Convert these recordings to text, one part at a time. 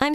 I'm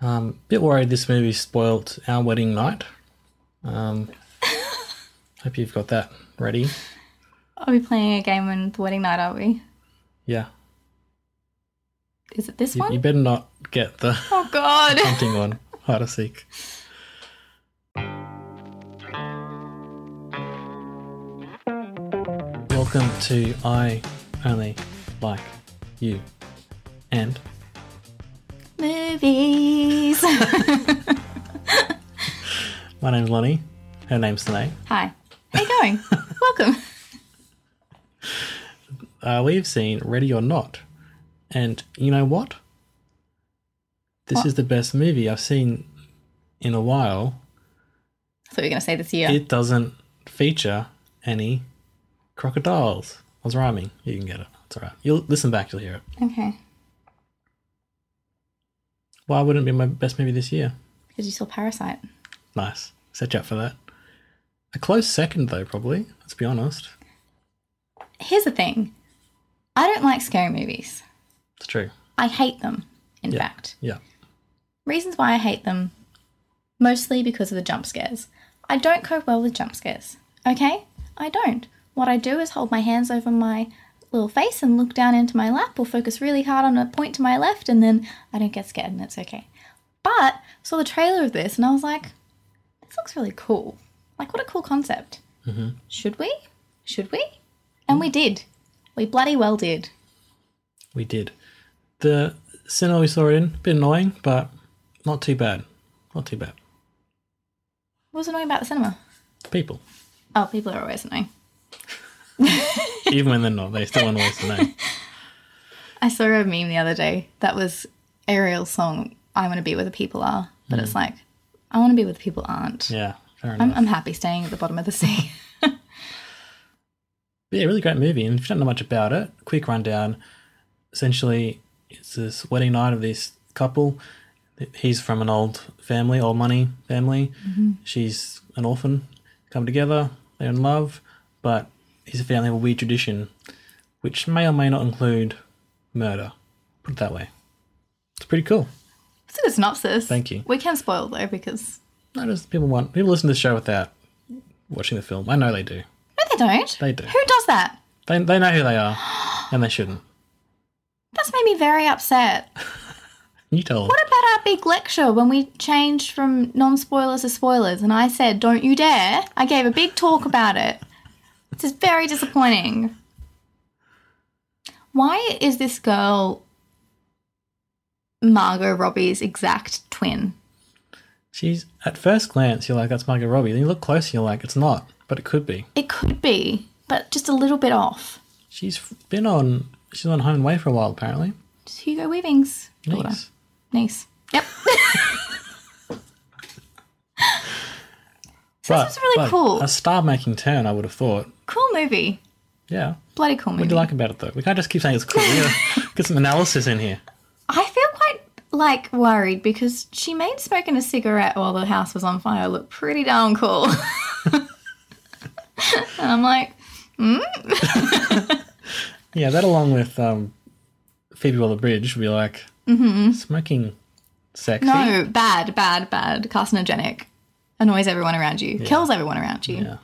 Um, bit worried this movie spoilt our wedding night. Um, hope you've got that ready. Are we playing a game on the wedding night? Are we? Yeah, Is it this you, one? you better not get the oh God! hunting one. Hide to seek. Welcome to I Only Like You and Movies. My name's Lonnie. Her name's Sinead. Hi. How you going? Welcome. Uh, we've seen Ready or Not. And you know what? This What? is the best movie I've seen in a while. I thought you were gonna say this year. It doesn't feature any crocodiles. I was rhyming. You can get it. It's all right. You'll listen back, you'll hear it. okay. Why wouldn't it be my best movie this year? Because you saw Parasite. Nice. Set you up for that. A close second, though, probably. Let's be honest. Here's the thing. I don't like scary movies. It's true. I hate them. In Yeah. fact, Yeah. reasons why I hate them, mostly because of the jump scares. I don't cope well with jump scares. Okay, I don't. What I do is hold my hands over my little face and look down into my lap, or focus really hard on a point to my left, and then I don't get scared, and it's okay. But saw the trailer of this, and I was like, this looks really cool. Like, what a cool concept. Mm-hmm. Should we? Should we? And we did. We bloody well did. We did. The cinema we saw it in, bit annoying, but not too bad. Not too bad. What was annoying about the cinema? People. Oh, people are always annoying. Even when they're not, they still annoy us name. I saw a meme the other day that was Ariel's song, I Want to Be Where the People Are. But it's like, I want to be where the people aren't. Hmm. Yeah, fair enough. I'm, I'm happy staying at the bottom of the sea. But yeah, really great movie. And if you don't know much about it, quick rundown. Essentially, it's this wedding night of this couple. He's from an old family, old money family. She's an orphan. Come together, they're in love, but his family have a weird tradition, which may or may not include murder. Put it that way. It's pretty cool. It's a good synopsis. Thank you. We can spoil though because. No, just people want people listen to the show without watching the film. I know they do. No, they don't. They do. Who does that? They they know who they are, and they shouldn't. That's made me very upset. You tell them. What about our big lecture when we changed from non spoilers to spoilers and I said, don't you dare? I gave a big talk about it. It's just very disappointing. Why is this girl Margot Robbie's exact twin? She's at first glance, you're like, that's Margot Robbie. Then you look closer, you're like, it's not, but it could be. It could be, but just a little bit off. She's been on, she's on Home and Away for a while, apparently. It's Hugo Weaving's daughter. Nice. Niece. Yep. so this was really but cool. A star-making turn, I would have thought. Cool movie. Yeah. Bloody cool movie. What do you like about it, though? We can't just keep saying it's cool. We gotta get some analysis in here. I feel quite like worried because she made smoking a cigarette while the house was on fire look pretty darn cool. and I'm like, Yeah, that along with um, Phoebe Waller-Bridge would be like, smoking sexy. Mm-hmm. no, bad, bad, bad, carcinogenic, annoys everyone around you, kills everyone around you. Yeah.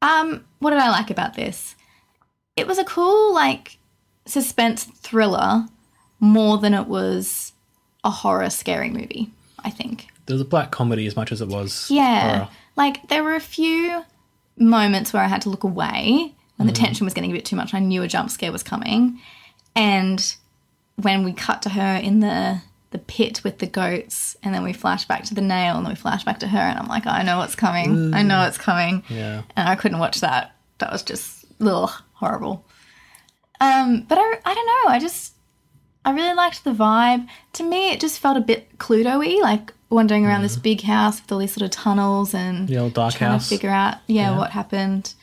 Um, what did I like about this? It was a cool like suspense thriller more than it was a horror scaring movie. I think. There was a black comedy as much as it was Yeah. horror. Like there were a few moments where I had to look away when the tension was getting a bit too much. I knew a jump scare was coming. And when we cut to her in the the pit with the goats and then we flash back to the nail and then we flash back to her and I'm like, I know what's coming. I know it's coming. Yeah. And I couldn't watch that. That was just ugh, horrible. Um, but I, I don't know. I just I really liked the vibe. To me, it just felt a bit Cluedo-y, like wandering around this big house with all these sort of tunnels and The old dark trying house. to figure out, yeah, what happened.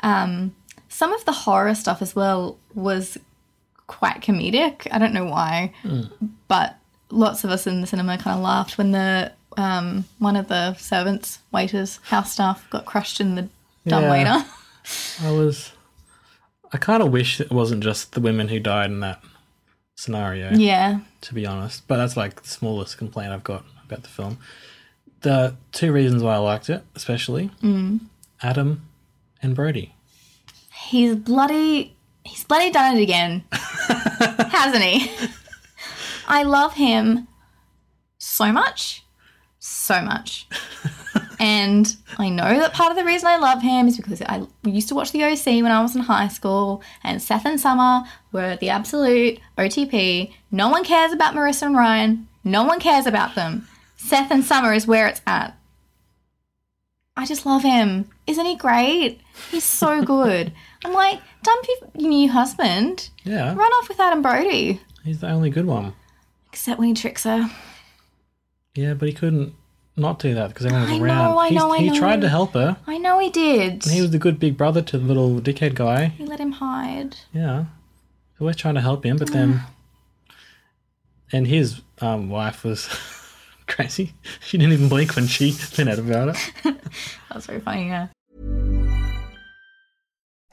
Um, some of the horror stuff as well was quite comedic. I don't know why, but lots of us in the cinema kind of laughed when the um, one of the servants, waiters, house staff got crushed in the dumb Yeah. waiter. I was. I kind of wish it wasn't just the women who died in that scenario, yeah, to be honest. But that's like the smallest complaint I've got about the film. The two reasons why I liked it, especially Mm. Adam and Brody. he's bloody he's bloody done it again hasn't he i love him so much so much and i know that part of the reason i love him is because i used to watch the oc when i was in high school and seth and summer were the absolute otp no one cares about marissa and ryan no one cares about them seth and summer is where it's at I just love him. Isn't he great? He's so good. I'm like, dump your your new husband. Yeah, Run off with Adam Brody. he's the only good one. Except when he tricks her. Yeah, but he couldn't not do that because everyone was I know, around. I He's- know, I he know. tried to help her. I know he did. He He, was the good big brother to the little dickhead guy. let him hide. Yeah. So we're trying to help him, but then. Ah. And his um, wife was crazy. She didn't even blink when she found out about it. That was very funny, yeah.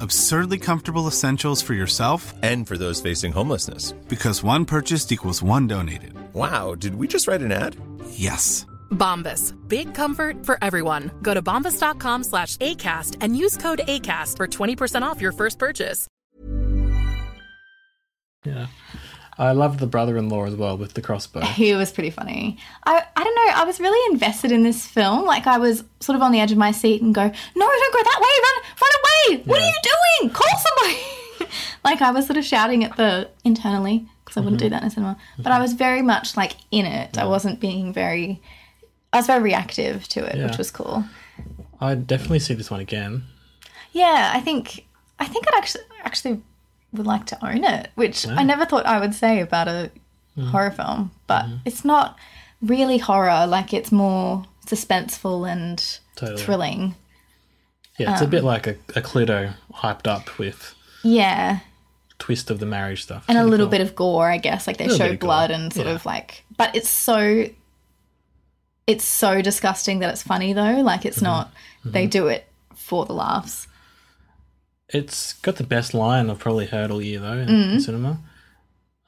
Absurdly comfortable essentials for yourself And for those facing homelessness. because one purchased equals one donated. Wow, did we just write an ad? Yes. Bombas. Big comfort for everyone. Go to bombas.com slash ACAST and use code ACAST for 20% off your first purchase. Yeah. I loved the brother in law as well with the crossbow. He was pretty funny. I, I don't know, I was really invested in this film. Like, I was sort of on the edge of my seat and go, no, don't go that way, run, run away. What are you doing? Call somebody. like, I was sort of shouting at the internally because I wouldn't do that in a cinema. But I was very much like in it. I wasn't being very, I was very reactive to it, Yeah. which was cool. I'd definitely see this one again. Yeah, I think, I think I'd actually, actually would like to own it, which I never thought I would say about a Mm-hmm. horror film, but it's not really horror. Like it's more suspenseful and Totally. thrilling. Yeah, Um. it's a bit like a, a Cluedo hyped up with Yeah, twist of the marriage stuff. and a little bit of gore, I guess. Like they Little bit show of gore, blood and sort yeah. of like, but it's so. It's so disgusting that it's funny though. Like Mm-hmm. it's not. They do it for the laughs. It's got the best line I've probably heard all year though in Mm. cinema.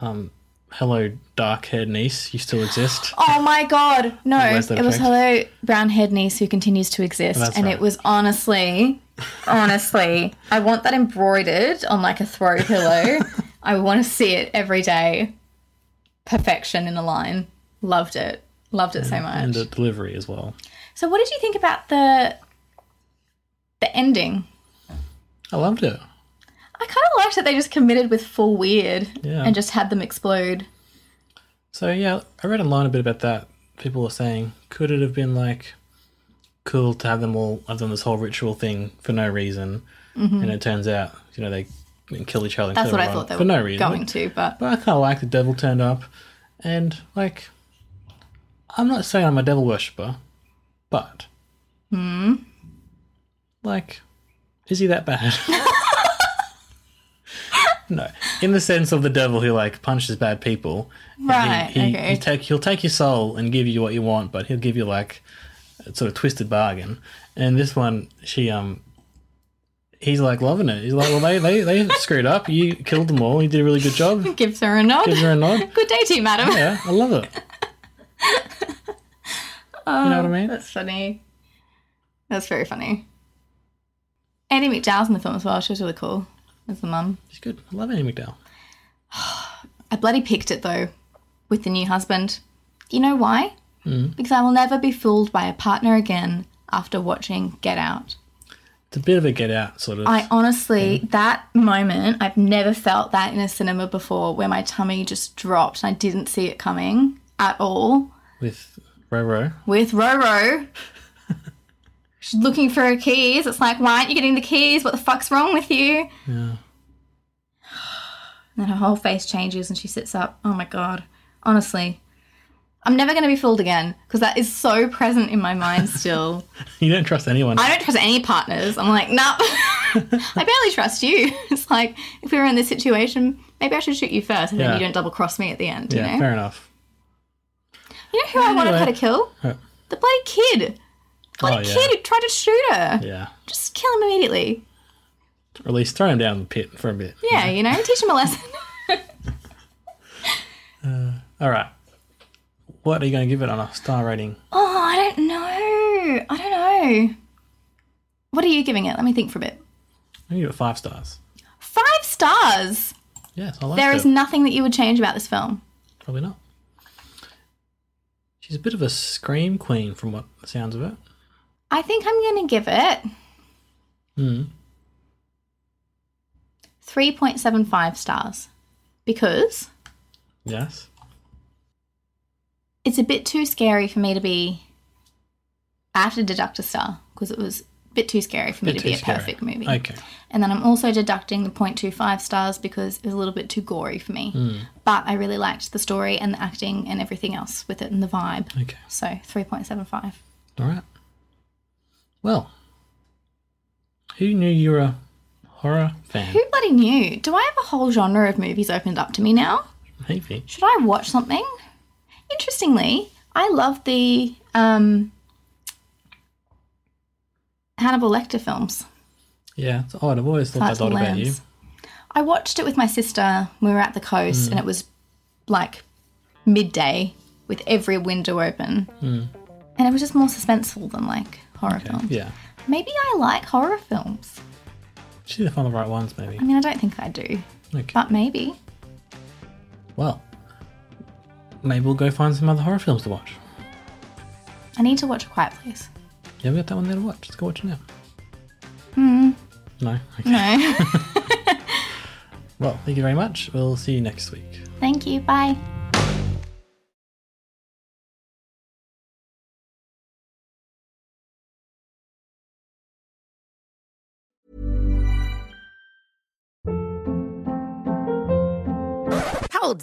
Um, hello, dark haired niece, you still exist. Oh my god! No, Where's that it was effect? hello brown haired niece who continues to exist, That's and right. it was honestly, honestly, I want that embroidered on like a throw pillow. I want to see it every day. Perfection in a line. Loved it. Loved it so much. and the delivery as well. so, what did you think about the the ending? I loved it. I kind of liked that they just committed with full weird Yeah. and just had them explode. So yeah, I read online a bit about that. People were saying, could it have been like cool to have them all have done this whole ritual thing for no reason? And it turns out, you know, they kill each other. and kill Mm-hmm. That's what I everyone thought they for were no reason. going to, but But I kind of like the devil turned up, and like, I'm not saying I'm a devil worshipper, but Hmm? like, is he that bad? no, in the sense of the devil who like punishes bad people. and he- Right, He, okay. he take he'll take your soul and give you what you want, but he'll give you like a sort of twisted bargain. And this one, she um. he's like loving it. He's like, well, they they, they screwed up. You killed them all. You did a really good job. Gives her a nod. Gives her a nod. Good day to you, madam. Yeah, I love it. you know what I mean? Oh, That's funny. That's very funny. Andy McDowell's in the film as well. She was really cool as the mum. She's good. I love Annie McDowell. I bloody picked it though with the new husband. You know why? Hmm. Because I will never be fooled by a partner again after watching Get Out. It's a bit of a get out sort of. I honestly, Hmm. that moment, I've never felt that in a cinema before where my tummy just dropped and I didn't see it coming at all. with Roro. With Roro, she's looking for her keys. It's like, why aren't you getting the keys? What the fuck's wrong with you? Yeah. And then her whole face changes and she sits up. Oh my God. Honestly, I'm never going to be fooled again because that is so present in my mind still. You don't trust anyone. I don't trust any partners. I'm like, nah. I barely trust you. It's like if we were in this situation, maybe I should shoot you first, and Yeah. then you don't double cross me at the end. yeah, you know, fair enough. you know who I wanted Anyway. her to Uh, kill? Huh. The bloody kid. Bloody Oh, yeah. kid who tried to shoot her. Yeah. Just kill him immediately. Or at least throw him down the pit for a bit. Yeah, you know, teach him a lesson. All right. What are you going to give it on a star rating? oh, I don't know. I don't know. What are you giving it? Let me think for a bit. I give it five stars. Five stars. Yes, I like There it. is nothing that you would change about this film. Probably not. She's a bit of a scream queen from what the sounds of it. I think I'm going to give it Mm. 3.75 stars because Yes. it's a bit too scary for me to be. I have to deduct a star because it was a bit too scary for me Bit to be too a scary. perfect movie. Okay. And then I'm also deducting the 0.25 stars because it was a little bit too gory for me. Hmm. But I really liked the story and the acting and everything else with it and the vibe. Okay. So 3.75. All right. Well, who knew you were a horror fan? Who bloody knew? Do I have a whole genre of movies opened up to me now? Maybe. should I watch something? Interestingly, I love the um, Hannibal Lecter films. Yeah. It's odd. I've always thought Hearts that odd and about you. Lambs. I watched it with my sister when we were at the coast, Mm. and it was like midday with every window open, Mm. and it was just more suspenseful than like horror films. Yeah. Maybe I like horror films. She didn't find the right ones, maybe. I mean, I don't think I do, Okay. but maybe. Well, maybe we'll go find some other horror films to watch. I need to watch A Quiet Place. Yeah, we got that one there to watch. Let's go watch it now. Hmm. No. Okay. No. Well, thank you very much. We'll see you next week. Thank you. Bye. Hold